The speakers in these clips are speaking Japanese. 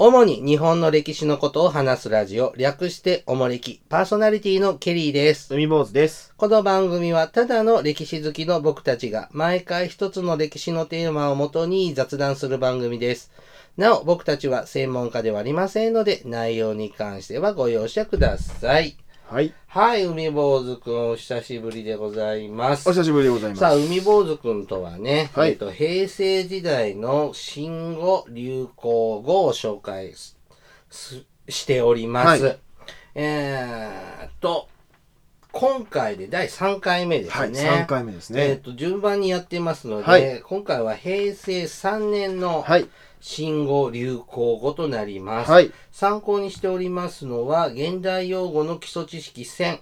主に日本の歴史のことを話すラジオ、略しておもれき、パーソナリティのケリーです。海坊主です。この番組はただの歴史好きの僕たちが毎回一つの歴史のテーマをもとに雑談する番組です。なお、僕たちは専門家ではありませんので、内容に関してはご容赦ください。はい。はい、海坊主くん、お久しぶりでございますお。久しぶりでございます。さあ、海坊主くんとはね、はいえっと、平成時代の新語・流行語を紹介すすしております。はいえーっと、今回で第3回目ですね。はい、3回目ですえーっね。と、順番にやってますので、はい今回は平成3年のはい。新語・流行語となります。はい。参考にしておりますのは、現代用語の基礎知識1000、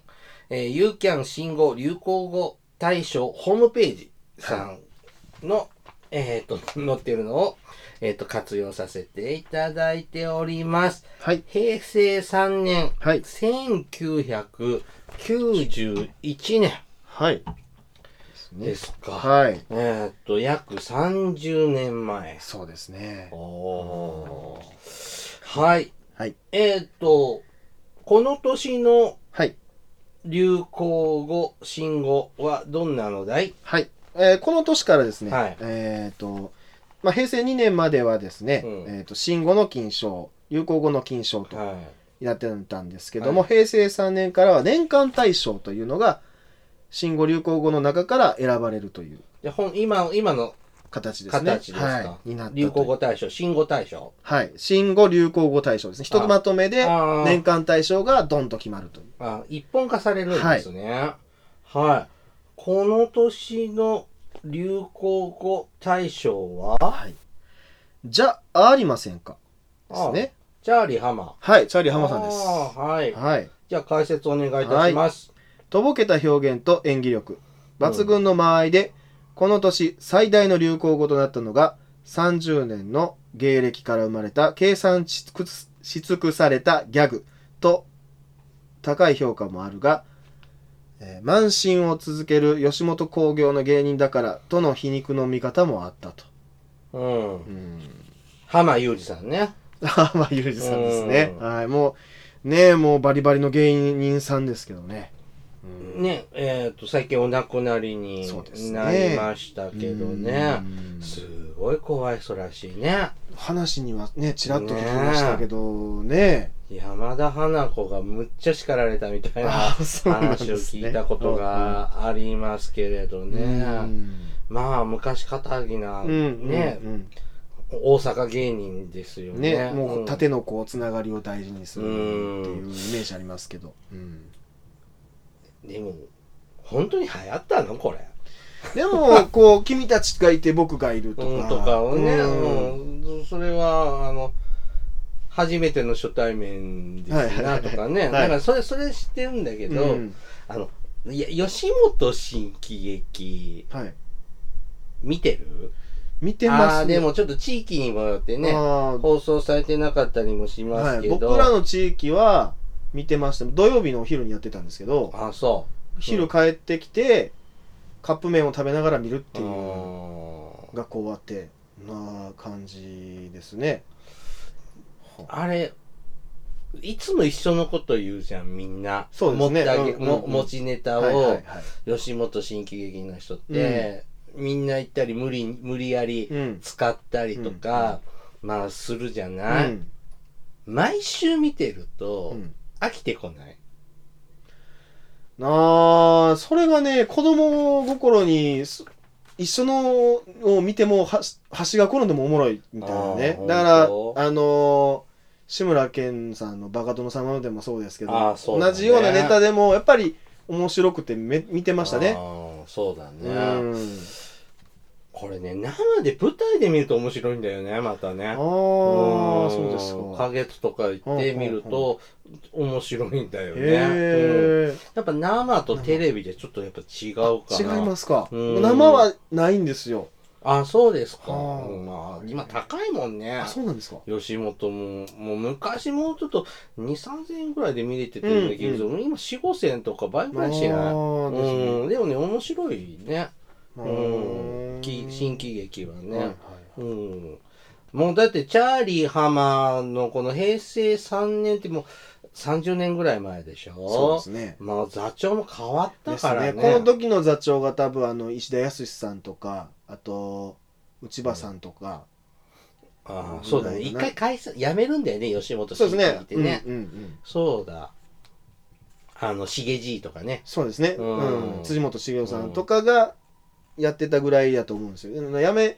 えー、ユーキャン新語流行語大賞ホームページさんの、えっ、と、載ってるのを、えっ、と、活用させていただいております。はい。平成3年、はい1991年はい。でねすか。はい。えっ、と、約30年前。そうですね。おーはい。はい。えっ、と、この年のはい。流行語、新語はどんなのだいはい。えーこの年からですね、はいえっ、と、まあ、平成2年まではですね、うんえっ、と、新語の金賞、流行語の金賞とはなってたんですけども、は平成3年からは年間大賞というのが、新語・流行語の中から選ばれるというい。で本今今の形ですね。形ですか、はい。になったという流行語大賞、新語大賞。はい。新語・流行語大賞ですね。ひとまとめであー年間大賞がドンと決まるという。あ一本化されるんですね。はい。この年の流行語大賞は、はい。じゃありませんかですね。チャーリー浜。はい。チャーリー浜さんです。あーはい。はい。じゃあ解説お願いいたします。とぼけた表現と演技力。抜群の間合いで、この年最大の流行語となったのが、30年の芸歴から生まれた計算し尽くすし尽くされたギャグと高い評価もあるが、えー慢心を続ける吉本興業の芸人だからとの皮肉の見方もあったと。うんう。ん。浜裕二さんね。 浜裕二さんですね。うはい。もう、ねもうバリバリの芸人さんですけどね。うんねえー、と最近お亡くなりにそうですねなりましたけどねうんすごい怖い人らしいね話にはね、ちらっと聞きましたけどね。山田花子がむっちゃ叱られたみたいなあそうなんで話すねを聞いたことがありますけれどね、うんまあ昔片木な、うんね、うん大阪芸人ですようんねね、もう縦のこうつながりを大事にするっていううイメージありますけど、うんうんでも本当に流行ったのこれ でもこう君たちがいて僕がいるとか,、うんとかをね、うんうんそれはあの初めての初対面ですなとかね、はいはいはいだからそれそれ知ってるんだけど、うんあのいや吉本新喜劇はい、見てる見てあまあすーでもちょっと地域にもよってあねー放送されてなかったりもしますはい、けど、僕らの地域は見てました土曜日のお昼にやってたんですけどあそ昼帰ってきてカップ麺を食べながら見るっうていううん学校あってな感じですねあれいつも一緒のこと言うじゃんみんなそうですね持ってあげうんうんもうん持ちネタを、はいはいはい吉本新喜劇の人って、みんな行ったり無理無理やりうん使ったりとか、まあするじゃうない、ん毎週見てると、うん飽きてこないなあそれがね子供心にす一緒のを見てもは橋が転んでもおもろいみたいなあねーだからあ本当のー志村けんさんの「バカ殿様」でもそうですけど、あーそうだね同じようなネタでもやっぱり面白くてめ見てましたあね。ーそうだうね、んこれね生で舞台で見ると面白いんだよねまたねああんそうですか。花月とか行って見ると面白いんだよね、うんへえ、やっぱ生とテレビでちょっとやっぱ違うか違ないますか。うん生はないんですよ。あそうですか、はあうんまあ今高いもんねあそうなんですか。吉本も、もう昔もうちょっと2、3千円ぐらいで見れてたような気がする。今4、5千円とか倍ぐらいしない。ああですねうん、でもね、面白いね。ううんん。き新喜劇はね。はいはいうん。もうだってチャーリー浜のこの平成3年ってもう30年ぐらい前でしょそうですね。もう座長も変わったですからねね。この時の座長が多分あの石田康さんとかあと内場さんとか、ああそうだねない一よね回解散やめるんだよね吉本そうですね市議ってね、うんうんうん、そうだあのしげじいとかねそうですね、ううんん辻元茂雄さんとかがやってたぐらいだと思うんですよ辞め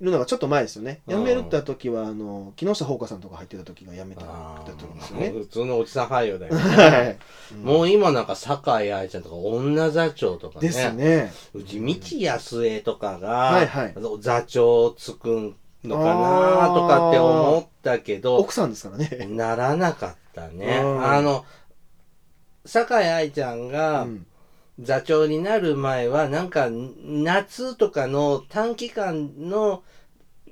るのがちょっと前ですよねう辞んめるって時はあの木下ほうかさんとか入ってた時が辞めたあだと思うんですあよね普通のおじさん俳優だよね はいもう今なんか酒井愛ちゃんとか女座長とかねですねうち道康江とかが、はいはい座長つくんのかなとかって思ったけど奥さんですからねならなかったねうんあの酒井愛ちゃんが、うん座長になる前はなんか夏とかの短期間の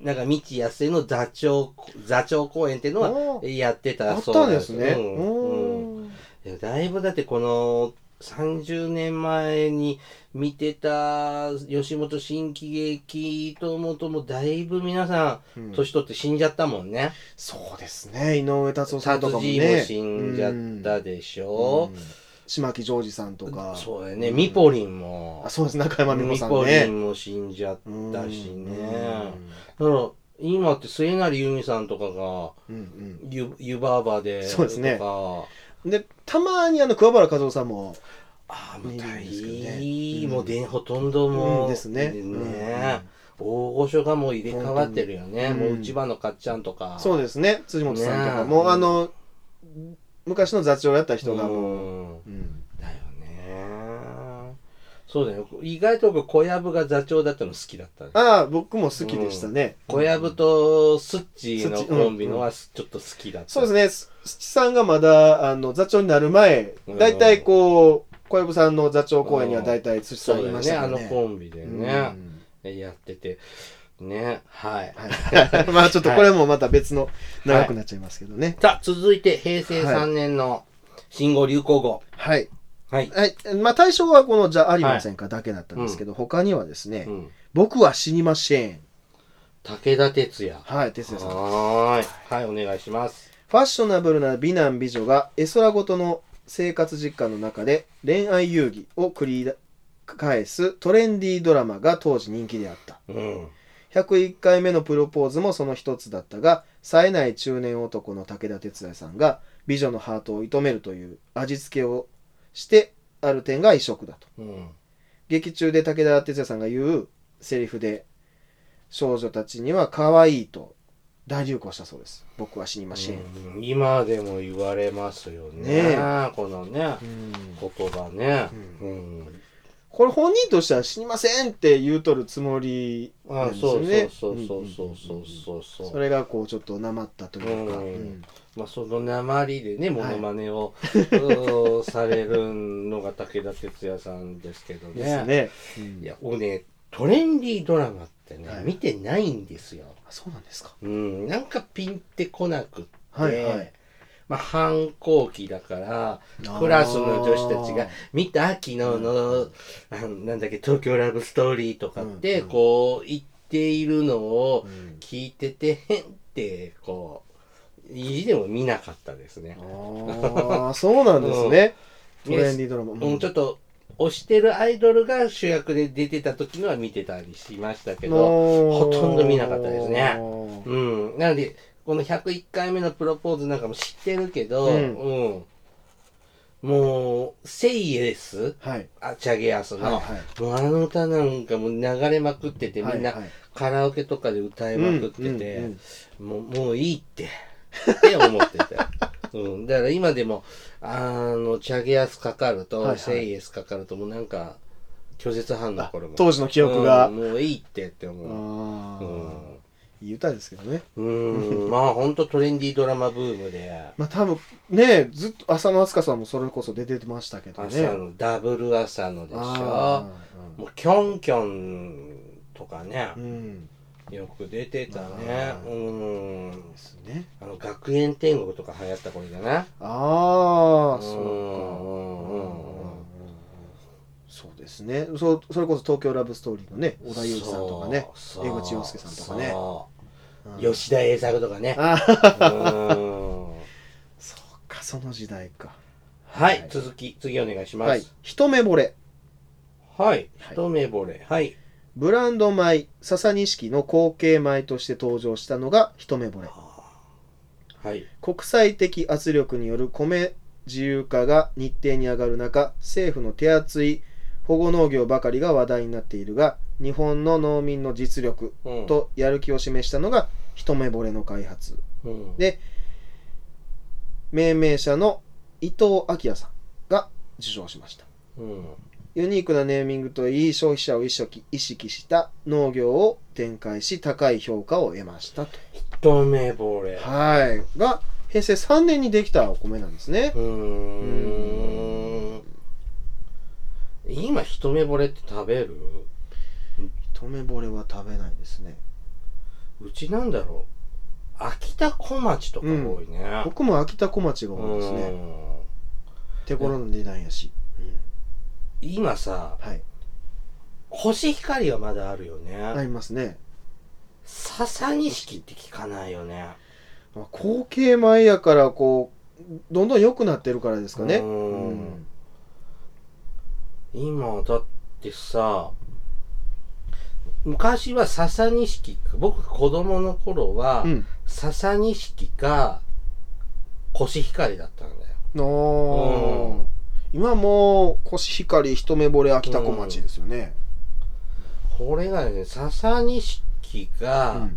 なんか未知やすいの座長座長公演っていうのはおーやってあたっそうなたんんでですすねうんうんおーいやだいぶだってこの30年前に見てた吉本新喜劇ともともだいぶ皆さうんん年取って死んじゃったもんね。そうですね井上達夫さんと達か人ももね死んじゃったでしうょん。島木ジョージさんとかそうだよね。んミポリンもあ。そうです中山美穂さんミポリねンも死んじゃったしね。うんだから今って末成由美さんとかがうんうんゆ湯婆婆でそうですねとかでたまにあの桑原和夫さんもああもう見る大んですけどね変、うんもうでほとんどもう、うんですねね大御所がもう入れ替わってるよね、本当もにう内場のかっちゃんとかそううですね辻元さんとかねえもあの昔の座長やった人がもう、もうんだよねそうだよ意外と僕小籔が座長だったの好きだったああ僕も好きでしたね、小籔とスッチーのスッチーコンビのはちょっと好きだった、そうですねす七さんがまだあの座長になる前うん大体こう小籔さんの座長公演には大体辻さそんういだよましねたあからのねコンビでうんね、 やっててねはい、はいまあちょっとこれもまた別の長くなっちゃいますけどねさあ続いて平成はい3年の新語・流行語はい、はい、はいまあ対象はこの「じゃありませんか」だけだったんですけど、他にはですね、うん、僕は死にましぇん」武田鉄矢はい哲也さんはーいはいお願いしますファッショナブルな美男美女が絵空ごとの生活実感の中で恋愛遊戯を繰り返すトレンディードラマが当時人気であったうん101回目のプロポーズもその一つだったが冴えない中年男の武田鉄矢さんが美女のハートを射止めるという味付けをしてある点が異色だとうん劇中で武田鉄矢さんが言うセリフで少女たちには可愛いと大流行したそうです僕は死にましぇん、うん今でも言われますよねねこのねうん言葉ねう、うんこれ本人としては死にませんって言うとるつもりあなんですそようね。そうそうそうそんんうんそうそうそれがこうちょっとなまったというか、うんうんまあ、その鉛でねモはいノマネ を、うーされるのが武田鉄矢さんですけどねですね。うんいや、僕ね、トレンディードラマってね、はい見てないんですよ。あそうなんですか。うん、なんかピンってこなくって、はいはいまあ、反抗期だから、クラスの女子たちがあー、見た昨日の、あのなんだっけ、東京ラブストーリーとかって、うんうんこう、言っているのをうん聞いてて、へんって、こう、意地でも見なかったですね。ああ、そうなんですね。うんトレンディードラマ。うん、ちょっっと、推してるアイドルが主役で出てた時のは見てたりしましたけど、ほほとんど見なかったですねうん、なのでこの101回目のプロポーズなんかも知ってるけど、ううんんもう「セイエスはい。」あチャゲアスの、はいはいもうあの歌なんかもう流れまくっててみんなはいはいカラオケとかで歌いまくってて、うんうんもうもういいってって思って た。うん、だから今でもあのチャゲアスかかると、はいはいセイエスかかるともうなんか拒絶反応これも当時の記憶がうんもういいってって思う。ああうんいい歌ですけどね。うーん、まあ本当トレンディードラマブームで、まあ多分ね、ずっと浅野飛鳥さんもそれこそ出てましたけどね。朝のダブル朝のでしあょ。もうキョンキョンとかねー、うん。よく出てたねあ。うーーんで。すね。あの学園天国とか流行った頃じゃないああ、んそうか。んうんうんそうですね。そうそれこそ東京ラブストーリーのね、小田裕二さんとかね、そう江口洋介さんとかねそうん吉田栄作とかね。あうーーんそうかその時代かははいい、続き、次お願いしまはいす。一目惚れはい、はい一目惚れ。はい。ブランド米笹錦の後継米として登場したのが一目惚れはい。国際的圧力による米自由化が日程に上がる中政府の手厚い保護農業ばかりが話題になっているが日本の農民の実力うん、とやる気を示したのが一目惚れの開発うん、で命名者の伊藤明也さんが受賞しましたうん、ユニークなネーミングといい消費者を意識意識した農業を展開し高い評価を得ましたと一目惚れ。はいが平成3年にできたお米なんですねうーん。今、一目惚れって食べる一目惚れは食べないですねうちなんだろう。秋田小町とか多いね。僕も秋田小町が多いですねうん手頃の値段やし、今さ、はいコシヒカリはまだあるよあね。りますね笹錦って聞かないよね。まあ後継前やからこうどんどん良くなってるからですかねうんうん今だってさ昔は笹錦か僕子供の頃はうん笹錦かコシヒカリだったんだよのうん今もうコシヒカリ一目惚れ秋田小町ですよね、これがね笹錦うがん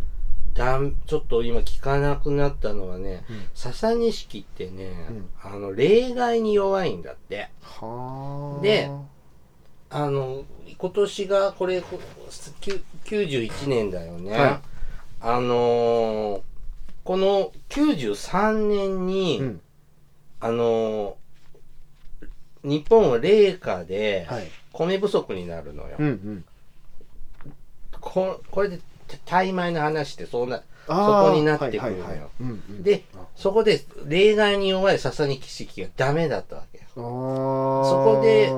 だんちょっと今聞かなくなったのはねうん笹錦ってね、うんあの例外に弱いんだってはあであの今年がこれこきゅ91年だよね、はいあのーこの93年に、うんあのー日本は冷夏ではい米不足になるのよ、うんうんここれで大米の話ってそうなあーそこになってくるのよはいはいはいうんうんであそこで例外に弱い笹に式がダメだったわけよあそこで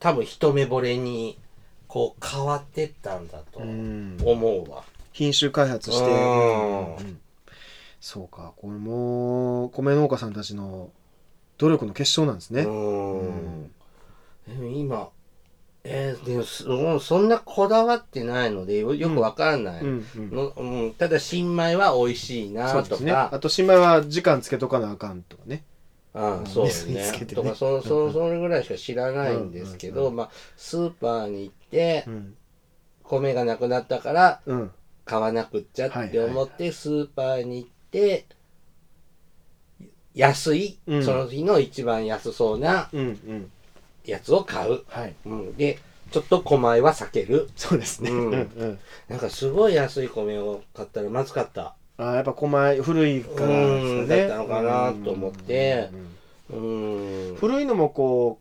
多分一目惚れにこう変わってったんだとうん思うわ、品種開発して、うんうんそうかこれも米農家さんたちの努力の結晶なんですね、うんでも今えー、でもそそんなこだわってないのでよよくわからない、うんうんのうん、ただ新米は美味しいそなうでとすねかあと新米は時間つけとかなあかんとかねうんそうですね水につけてねとかそそそれぐらいしか知らないんですけど、うんうんうまあ、スーパーに行ってうん、米がなくなったからうん、買わなくっちゃって思っはいてスーパーに行って安い、うんその日の一番安そうなうんうんやつを買う、はいうん、でちょっと小米は避けるそうですね、うんうんうんなんかすごい安い米を買ったらまずかった。あーやっぱ狛江古いからですかねうんだったのかなと思ってうんうんうんうーん。古いのもこ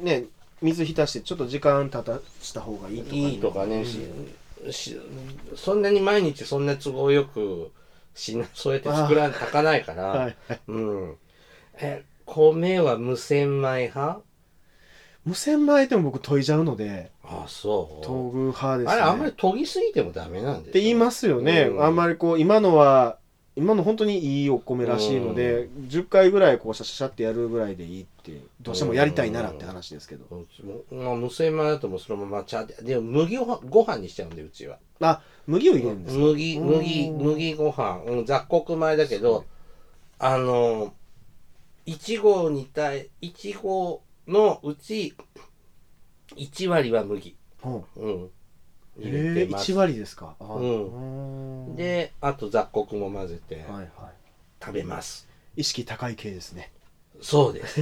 うね水浸してちょっと時間たたした方がいいとかね、いいとかね、しうんしそんなに毎日そんな都合よくしな、そうやって作らん、炊かないから、はい、うん。え、米は無洗米派無洗米でも僕研いじゃうのであ、そう。研ぐ派ですねあれ、あんまり研ぎすぎてもダメなんでって言いますよね、うんあんまりこう今のは今の本当にいいお米らしいので、10回ぐらいこうシャシャシャってやるぐらいでいいってどうしてもやりたいならって話ですけど、うちもまあ、無洗米だともうそのまま茶で、でも麦ご飯ご飯にしちゃうんで、うちは。あ麦を入れるんですか、麦、うん麦、麦ご飯。うん、雑穀米だけど、あの、1合に対、1合のうち、1割は麦。うんうん。え入れてー、ます1割ですか、あううんで、あと雑穀も混ぜてはいはい、食べます。意識高い系ですねそう です。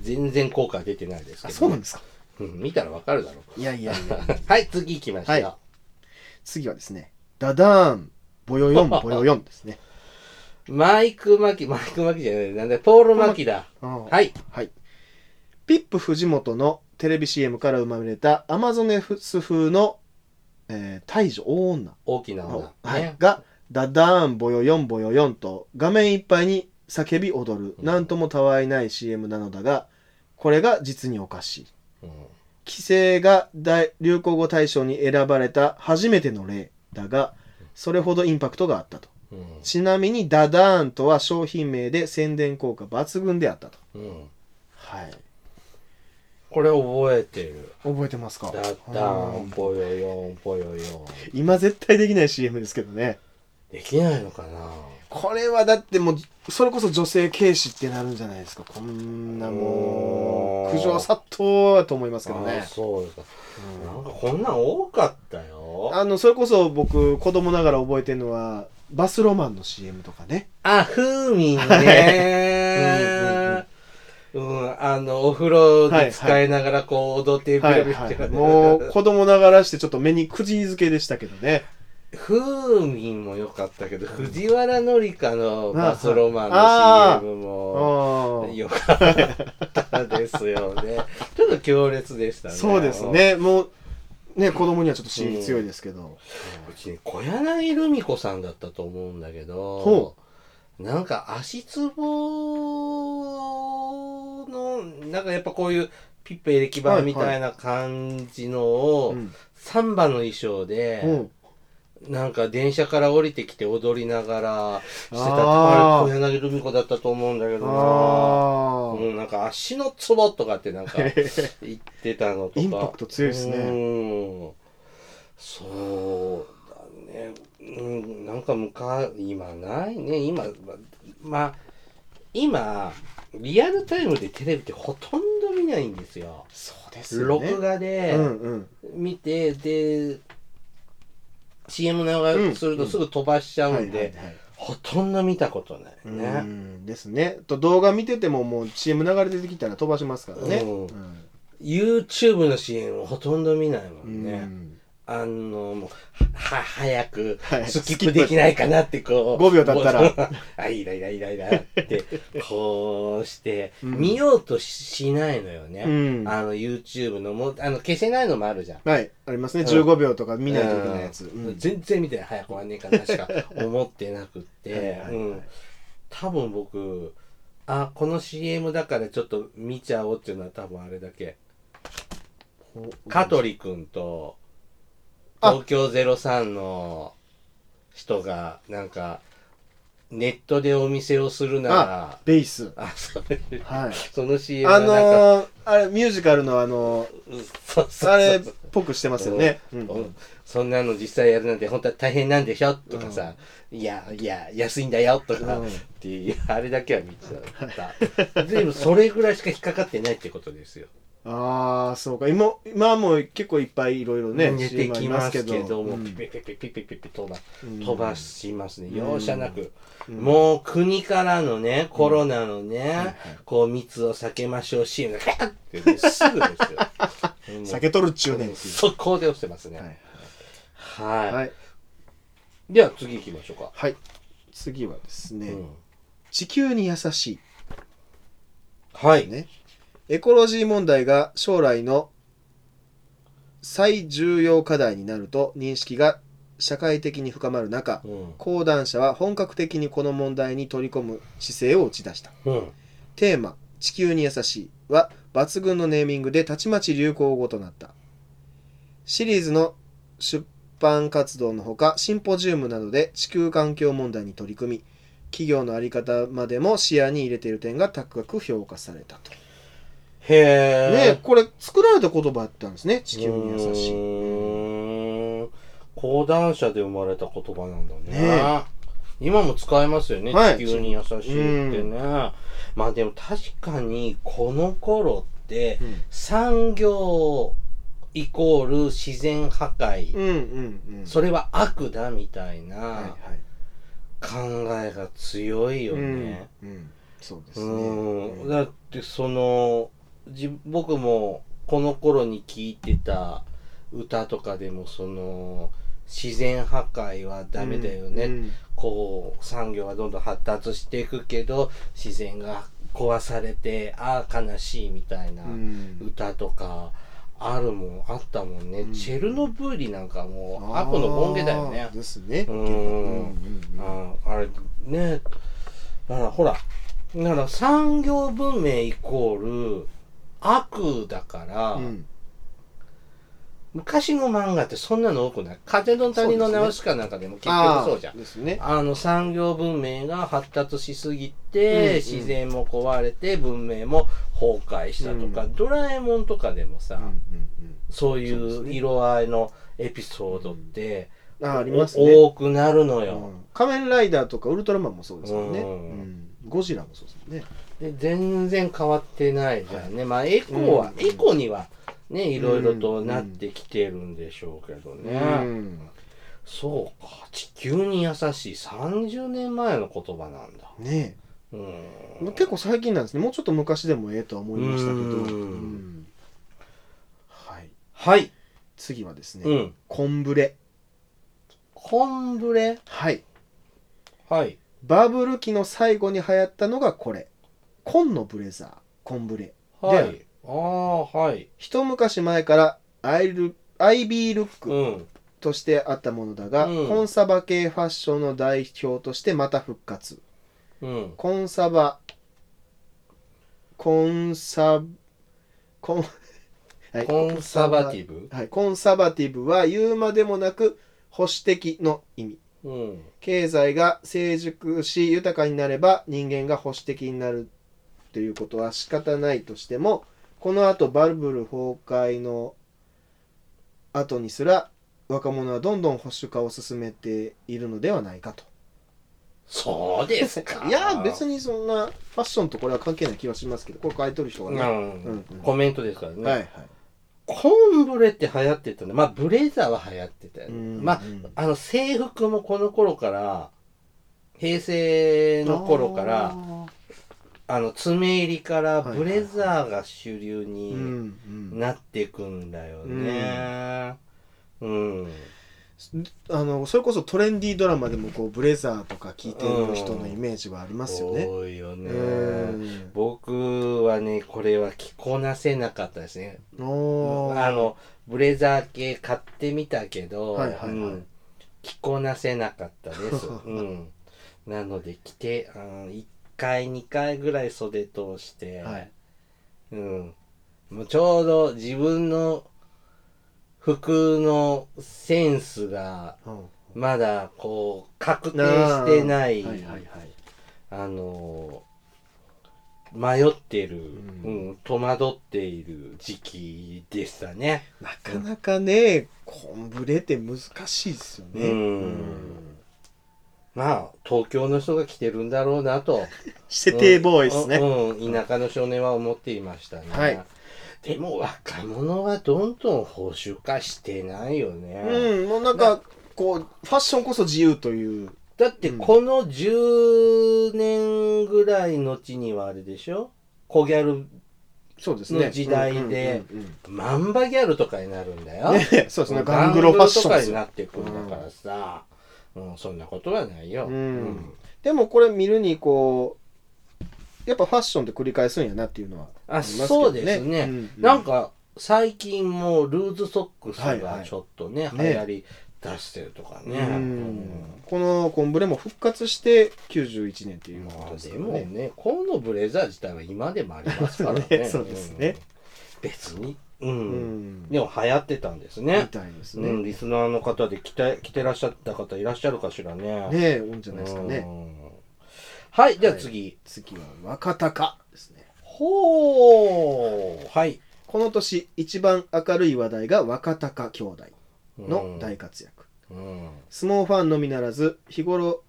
全然効果出てないですけど、あそうなんですかうん見たらわかるだろう。いやいやいや はい、次行きましょう。はい次はですねダダーンボヨヨンボヨヨンですねマイク・マキ、マイク・マキじゃない、なんだ、ポール・マキだ。はいはい。はい。ピップ藤本のテレビ CM から生まれたアマゾネス風の、えー、大女大女、大きな女。はいね、がダダーンボヨヨンボヨヨンと画面いっぱいに叫び踊る、うんなんともたわいない CM なのだがこれが実におかしいうん規制が大流行語大賞に選ばれた初めての例だがそれほどインパクトがあったと。うんちなみにダダーンとは商品名で宣伝効果抜群であったと。うん、はい。これ覚えてる覚えてますかだったんぽよよんぽよよ今絶対できない CM ですけどね。できないのかなこれはだってもう、それこそ女性軽視ってなるんじゃないですか。こんなもおう、ー苦情殺到だと思いますけどあね。そうですかうんなんかこんなん多かったよあの、それこそ僕、子供ながら覚えてるのは、バスロマンの CM とかね。あ、ふーみんはね。うん、あの、お風呂で使いながら、こう、踊っていくはいるはってい。いう もう、ね。子供ながらしてちょっと目にくじ付けでしたけどね。ふーみんも良かったけど、藤原紀香のバスロマンあのあ CM もうん良かったですよ ね。ちょっと強烈でしたね。そうです。ね。もう、ね、子供にはちょっと刺激強いですけど。うちね、小柳ルミ子さんだったと思うんだけほど、なんか足つぼの、なんかやっぱこういうピッペエレキバーみたいな感じのを、うんサンバの衣装で、うんなんか電車から降りてきて踊りながらしてた。あーあれ小柳ルミ子だったと思うんだけどな。あうん、なんか足のツボとかってなんかー言ってたのとか。 インパクト強いですね。うんそうだね。うん、なんかむか今ないね。今、ままあ、今、リアルタイムでテレビってほとんど見ないんですよ。そうですよね。録画でうんうん。見て、で、CM 流するとすぐ飛ばしちゃうんで、はいはいはいほとんど見たことなういね。んですね。と動画見ててももう CM 流れ出てきたら飛ばしますからね。うんん YouTube の CM ほとんど見ないもうんね。んあの、もう、は、は早くはい、スキップできないかなって、こう。 5秒経ったらもう。 あ、イライライライラって、こうして、うん見ようとしないのようね。ん。あの、YouTube のも、あの、消せないのもあるじゃん。はい、ありますね。うん15秒とか見ないといけないやつ。ううんん全然見てない。早く終わんねえかなしか思ってなくって。はいはいはいうん。多分僕、あ、この CM だからちょっと見ちゃおうっていうのは多分あれだけ。香取くんと、あ東京03の人が、なんか、ネットでお店をするなら、ベース。あ、それ、はい。その CM あがなんか、のー、あれ、ミュージカルのあのー、うんそうそうそうあれっぽくしてますよね。うんうんそんなの実際やるなんて本当は大変なんでしょとかさ、いやいや安いんだよとか、うんっていうあれだけは見ちゃったでもそれぐらいしか引っかかってないってことですよああ、そうか。今、今はもう結構いっぱいいろいろね、出て CM あきりますけども、うんピピピピピピピ飛ばうん飛ばしますね容赦なく、うんもう国からのねコロナのね、はいはいこう密を避けましょう CM がカッって、ね、す ぐですよ避けとるっちゅうねんってい速攻で押してますねう。ははいいはい。はい。では次行きましょうか、はい。次はですね、うん地球に優しはいい。、ね。エコロジー問題が将来の最重要課題になると認識が社會的に深まる中、うん講談社は本格的にこの問題に取り込む姿勢を打ち出したうんテーマ「地球に優しい」は抜群のネーミングでたちまち流行語となったシリーズの出版活動のほかシンポジウムなどで地球環境問題に取り組み企業の在り方までも視野に入れている点が高く評価されたと、へえねえこれ作られた言葉だったんですね地地球球にに優優ししいいね講談社で生まれた言葉なんだねね今も使えますよね、はい地球に優しいってね、まあでも確かにこの頃ってうん産業イコール自然破壊、うんうんうんそれは悪だみたいはいなはい考えが強いよね、うんうんそうですうねーんうんだってそのじ僕もこの頃に聴いてた歌とかでもその自然破壊はダメだよね、うんこう産業がどんどん発達していくけど自然が壊されてああ悲しいみたいなうん歌とかあるもんあったもんね、うんチェルノブイリなんかもうあアコの権下だよねーですね。うんうんうんああれねだからほらだから産業文明イコール悪だから、うん昔の漫画ってそんなの多くない風の谷のナウシカなんかでも結局そうじゃんあーですね。あの産業文明が発達しすぎて、うんうん自然も壊れて文明も崩壊したとか、うドラえもんとかでもさ、うんうんそういそうですうね色合いのエピソードって、うんあーありおますね。多くなるのうよ、ん仮面ライダーとかウルトラマンもそうですもんね。ううんんゴジラもそうですもんね。で全然変わってないじゃんね、まあエコは、うんエコにはねいろいろとなってきてるんでしょうけどね、うんそうか地球に優しい30年前の言葉なんだねうんえ結構最近なんですね。もうちょっと昔でもええとは思いましたけど。うんうんはい。はい、次はですうね、んコンブレ。コンブレはい。はいバブル期の最後に流行ったのがこれ。紺のブレザー、コンブレ。はでい。ああ、はい。一昔前からアイルアイビールックうん。としてあったものだが、うんコンサバ系ファッションの代表としてまた復活うん。コンサバコンサコン、 はいコンサバティブ。はい、コンサバティブは言うまでもなく保守的の意味うん。経済が成熟し豊かになれば人間が保守的になるということは仕方ないとしてもこのあとバブル崩壊の後にすら若者はどんどん保守化を進めているのではないかとそうですか。いや別にそんなファッションとこれは関係ない気はしますけどこれ書いてる人うがん。ね、うんコメントですからね。はいはいコンブレって流行ってたね。まあ、ブレザーは流行ってたよね。うんまあ、あの、制服もこの頃から、平成の頃から、あの、爪入りからはいブレザーが主流うにんうんなっていくんだよね。うん。あのそれこそトレンディードラマでもこうブレザーとか聞いてる人のイメージはありますよね、多いよね。うん僕はねこれは着こなせなかったですねおーあのブレザー系買ってみたけど、はいはいはいうん着こなせなかったです、 うん、なので着て、うん、1回2回ぐらい袖通して、はいうん、もうちょうど自分の服のセンスがまだこう確定してないはいはいはいあのー迷ってる、んうん戸惑っている時期でしたね。なかなかねコンブレって難しいですよねうんまあ、東京の人が来てるんだろうな と。しててボーイですね、うん、うん田舎の少年は思っていましたね。はいでも若者はどんどん報酬化してないよね。うんもうなんかこうファッションこそ自由というだってこの10年ぐらいのちにはあれでしょ小ギャル、そうですの時代でうんうんうんマンバギャルとかになるんだよ。 ねそうですねガングロファッションガでングロとかにすよなってくるんだからさ、うんそんなことはないよ。うんでもこれ見るにこうやっぱファッションって繰り返すんやなっていうのはありますけどねそうですね、うんうんなんか最近もうルーズソックスはいはがいちょっとね、ね流行り出してるとかね。ううんんこのコンブレも復活して91年っていうことまあですでよもね、このブレザー自体は今でもありますからね。 ねそうですねうん別に、うんうんでも流行ってたんですみね。たいですうね。ん、ねリスナーの方で来て来てらっしゃった方いらっしゃるかしらね。え、多いんじゃないですかね。うんはい、じゃあ次。次は若鷹ですね。ほうはい。この年一番明るい話題が若鷹兄弟の大活躍。うん。相撲ファンのみならず、日頃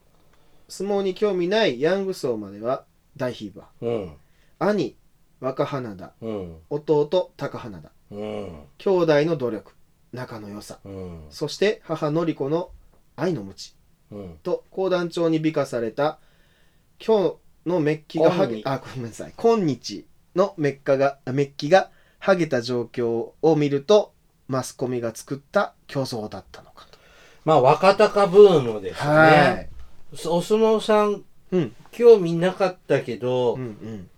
相撲に興味ないヤング層までは大フィーバうん。ー。兄、若花田、うん。弟、高花田、うん。兄弟の努力、仲の良さ、うん。そして母のり子の愛の無知。うん。と講談帳に美化された今日のメッキがはげ今日あごめんなさい今日のメッカがメッキがはげた状況を見るとマスコミが作った虚像だったのかとまあ、若鷹ブームですはね。お相撲さん、い、うん興味なかったけど、うんうん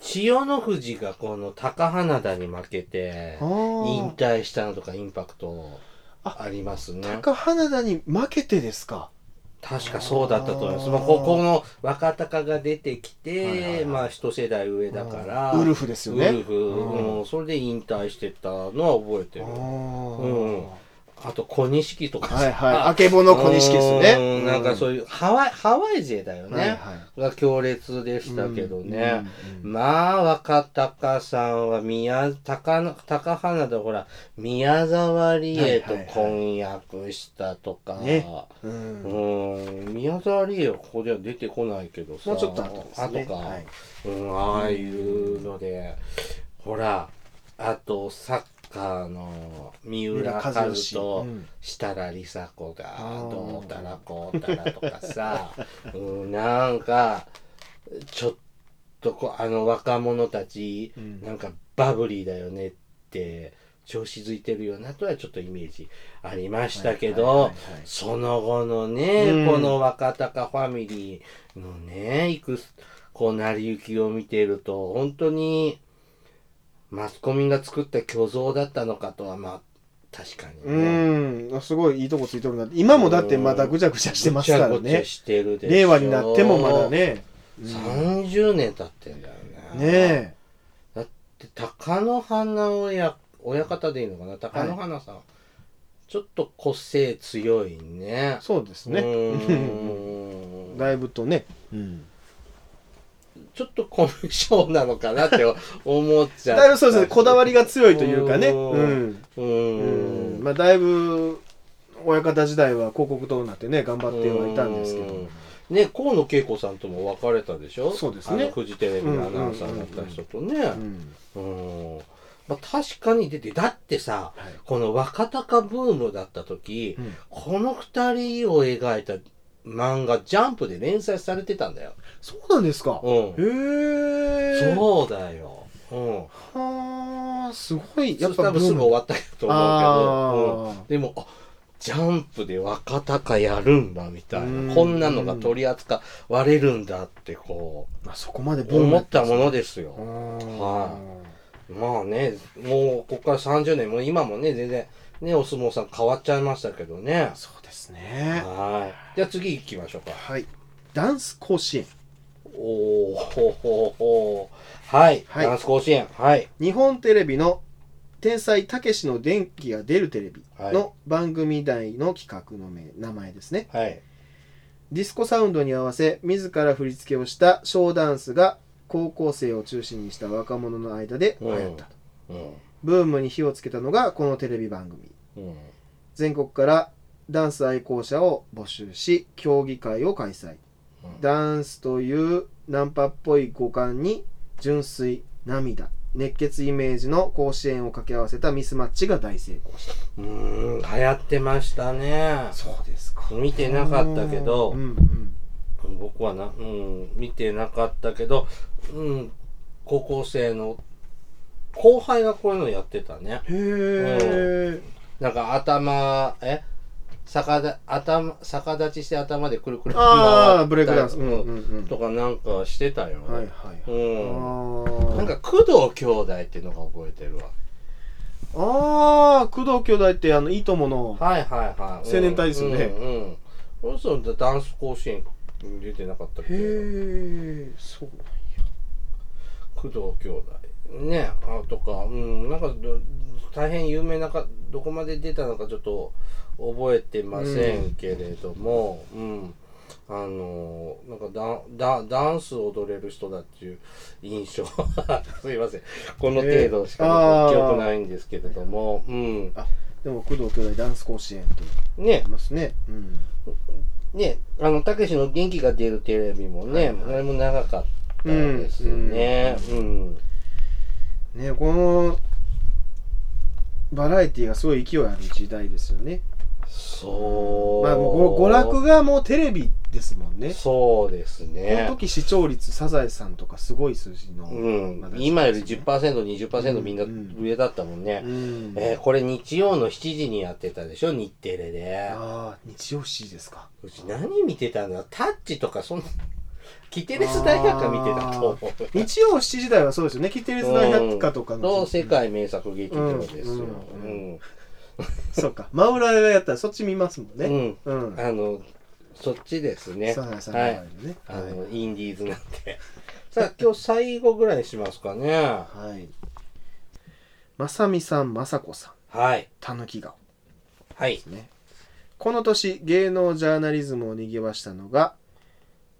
千代の富士がこの高花田に負けて、引あ退したのとかインパクトありますねあ。高花田に負けてですか確かそうだったと思います。まあ、ここの若隆が出てきて、はいはいはいまあ一世代上だから、ウルフフですよねウルフ、うんうん、それで引退してたのは覚えてる。うんあと小錦とかはいはいあけぼの小錦ですねうんなんかそういうハワイハワイ勢だよね、はいはいが強烈でしたけどね、うんうんまあ若隆さんは宮高の高花とほら宮沢りえと婚約したとか、はいはいはいねうんうん宮沢りえはここでは出てこないけどさもうちょっと後ですね後か、はいうん、ああいうのでほらあとサッカーの三浦和義人、うん設楽梨紗子があーどうたらこうたらとかさ、 うん、なんかちょっとこうあの若者たち、うんなんかバブリーだよねって調子づいてるようなとはちょっとイメージありましたけど、はいはいはいはいその後のね、うんこの若隆ファミリーのねいくすこう成り行きを見ていると本当にマスコミが作った虚像だったのかとはまあ確かにね。うんすごいいいとこついてるな今もだってまだぐちゃぐちゃしてますからごちゃごちゃねしてるでしょ令和になってもまだ。ねうん30年経ってんだよね。ねで貴乃花親親方でいいのかな貴乃花さん、ちょっと個性強いねえ。そうですねううんーんだいぶとねちょっとコミュ障なのかなって 思っちゃだいぶそうですねこだわりりが強いというかねううんううんんまあだいぶ親方時代は広告塔になってね頑張ってはいたんですけうんどね河野恵子さんとも別れたでしょそうですねあのフジテレビのアナウンサーだった人とねううんんまあ、確かに出てだってさはいこの若隆ブームだった時、うんこの二人を描いた漫画「ジャンプ」で連載されてたんだよ。そうなんですかうんへえそうだよ。うん、はあすごいややっっぱぱ多分すぐ終わったと思うけど、あーうん、でもあジャンプで若隆やるんだみたいうんなこんなのが取り扱われるんだってこまあそこまでう思ったものですよ。ははまあね、もうここから30年、もう今もね、全然、ね、お相撲さん変わっちゃいましたけどね。そうですねはい。じゃあ次行きましょうか。はいダンス甲子園おーほほほはい。はいダンス甲子園。はい。日本テレビの「天才たけしの電気が出るテレビ」はいの番組内の企画の名名前ですねはい。ディスコサウンドに合わせ自ら振り付けをしたショーダンスが高校生を中心にした若者の間で流行ったと、うん。ブームに火をつけたのがこのテレビ番組うん。全国からダンス愛好者を募集し競技会を開催うんダンスというナンパっぽい五感に純粋涙熱血イメージの甲子園を掛け合わせたミスマッチが大成功したうーん、流行ってましたね。そうですか見てなかったけど、うんうん僕はな、うん、見てなかったけど、うん、高校生の後輩がこういうのやってたね。へえなんか頭、え逆だ頭逆立ちして頭でくるくるあ回あブレイクダンスうんううんんうんとかなんかしてたよ、はいはういん。はないんか工藤兄弟っていうのが覚えてるわ。ああー工藤兄弟ってあのいいとものはいはいはい。うん青年隊ですよねうんうん。そうするとダンス甲子園出てなかったっけへど、えそう工藤兄弟。ねあとか、うん、なんかど大変有名なか、どこまで出たのかちょっと覚えてませんけれども、うん。あのなんかダンダダンスを踊れる人だっていう印象 すいませんこの程度しかえーあー僕は記憶ないんですけれども、うんでも工藤兄弟ダンス甲子園ってね言いますねうんねあのたけしの元気が出るテレビもね、はいはいあれも長かったですねううん、ねこのバラエティがすごい勢いある時代ですよね。そうまあ、もうご娯楽がもうテレビですもんね。そうですこのね時視聴率サザエさんとかすごい数字の。うん、まだ今より 10%20% みんなうん上だったもんね、うんえーこれ日曜の7時にやってたでしょ日テレでああ日曜7時ですか。うち何見てたんだタッチとかそんなキテレス大百科見てたと思う日曜7時台はそうですよね。キテレツ大百科とかの。と世界名作劇場ですよ、うんうんそうか。真裏がやったらそっち見ますもんね。うんうん。あのそっちですね。さあさあはいねあはいの、インディーズなんて。 さあ、今日最後ぐらいにしますかね。はいまさみさんまさこさんはい。たぬき顔はいで。すねこの年芸能ジャーナリズムを賑わしたのが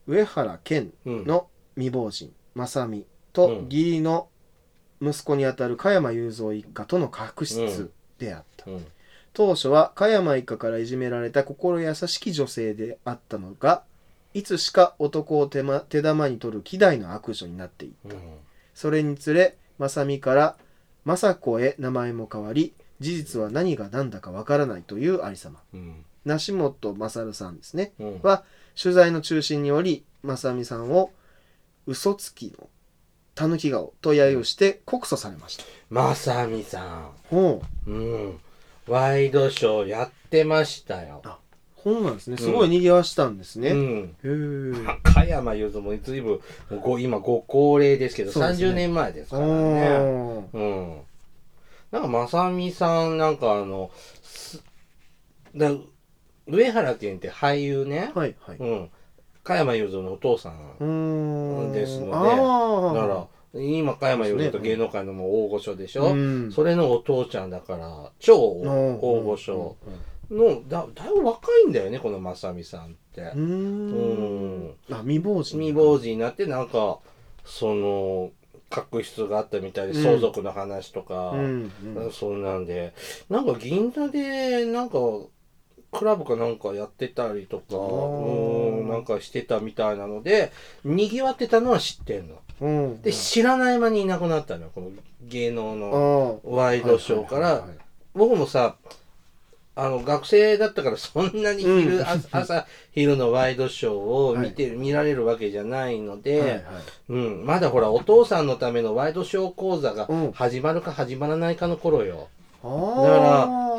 上原健うん。の未亡人正美うとん義理の息子にあたる加山雄三一家との確う執んであった、うん。当初は加山一家からいじめられた心優しき女性であったのがいつしか男を手,、ま、手玉に取る希代の悪女になっていうるん。それにつれ正美から政子へ名前も変わり事実は何が何だかわからないという有様うん。梨本勝さんですねうんは取材の中心により正美さんを嘘つきのたぬき顔と揶揄して告訴されました、まさみさ。ほうんうん。ワイドショーやってましたよ。本なんですねすごい賑わしたんですね、うへん。え加山雄三もずいぶんご今ご高齢ですけどそうですね30年前ですあからねーうんなんかまさみさんなんかあのすだ上原健って俳優ね、はいはいうん加山雄三のお父さんうーんですのでだあから今加山雄三そとうですね芸能界のもう大御所でしらょ、うんそれのお父ちゃんだから超うん大御所のだだいぶ若いんだよねこのまさみさんってうーんうんあ未亡人未亡人になってなんかその確執があったみたいでうん相続の話とか、うんうんそうなんでなんか銀座でなんかクラブかなんかやってたりとかあーうんなんかしてたみたいなのでにぎわってたのは知ってんの。うんで知らない間にいなくなったのよこの芸能あのーワイドショーかはいはらいはいはい僕もさあの学生だったからそんなに昼、うんあ朝昼のワイドショーを見て、見られるわけじゃないので、はいはいうん、まだほらお父さんのためのワイドショー講座がうん始まるか始まらないかの頃よ、あだー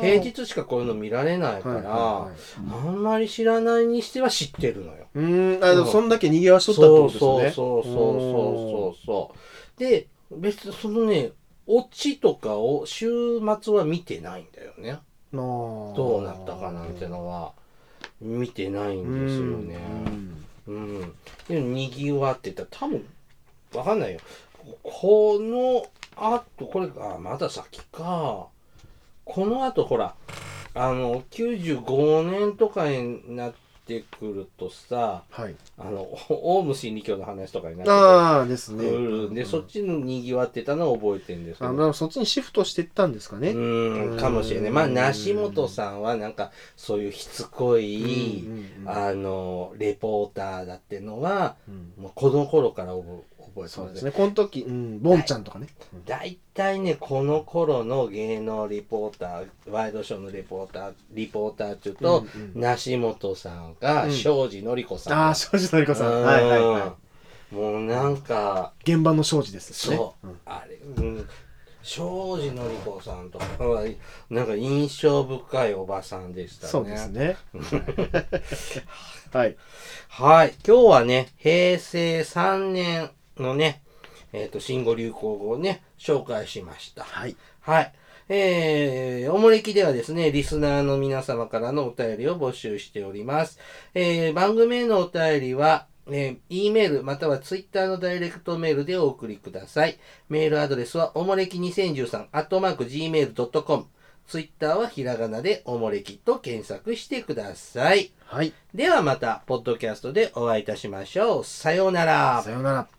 から平日しかこういうの見られないから、はいはいはいあんまり知らないにしては知ってるのよ。うーん、あでもそんだけ賑わしとったってそうことそうですね。そうそうそうそうそう。で、別にそのね、オチとかを週末は見てないんだよね。うーん。どうなったかなみんたていのは見てないんですよね。うん。で、にぎわってた。多分、わかんないよ。この後、これ、あ、まだ先か。この後、ほら、あの、95年とかになってくるとさ、はい。あの、 おオウム真理教の話とかになってああですくね。る。で、そっちににぎわってたのを覚えてるんですけあど。まあそっちにシフトしていったんですかね。うんうん、かもしれない。まあ、うん梨本さんはなんか、そういうしつこい、うんうんあの、レポーターだってのは、うんもうこの頃から覚え覚えてますそうですね。ね。この時、うん、ボンちゃんとかね。大体ね、この頃の芸能リポーター、ワイドショーのレポーター、リポーターっていうと、うんうん梨本さんか、うん庄司典子さんあが。あ、庄司のりこさん。うんはいはいはもうなんか、い。現場の庄司ですね。そう、んあれ、うん、庄司典子さんとかは、なんか印象深いおばさんでしたね。そうですね。 はい。はい。今日はね、平成3年のね、えっ、と、新語・流行語をね、紹介しました。はい。はい。えー、おもれきではですね、リスナーの皆様からのお便りを募集しております。えー、番組へのお便りは、えー、E メールまたは Twitter のダイレクトメールでお送りください。メールアドレスは、おもれき2013、アットマーク Gmail.com。Twitter はひらがなでおもれきと検索してください。はい。ではまた、ポッドキャストでお会いいたしましょう。さようならさ。ようなら。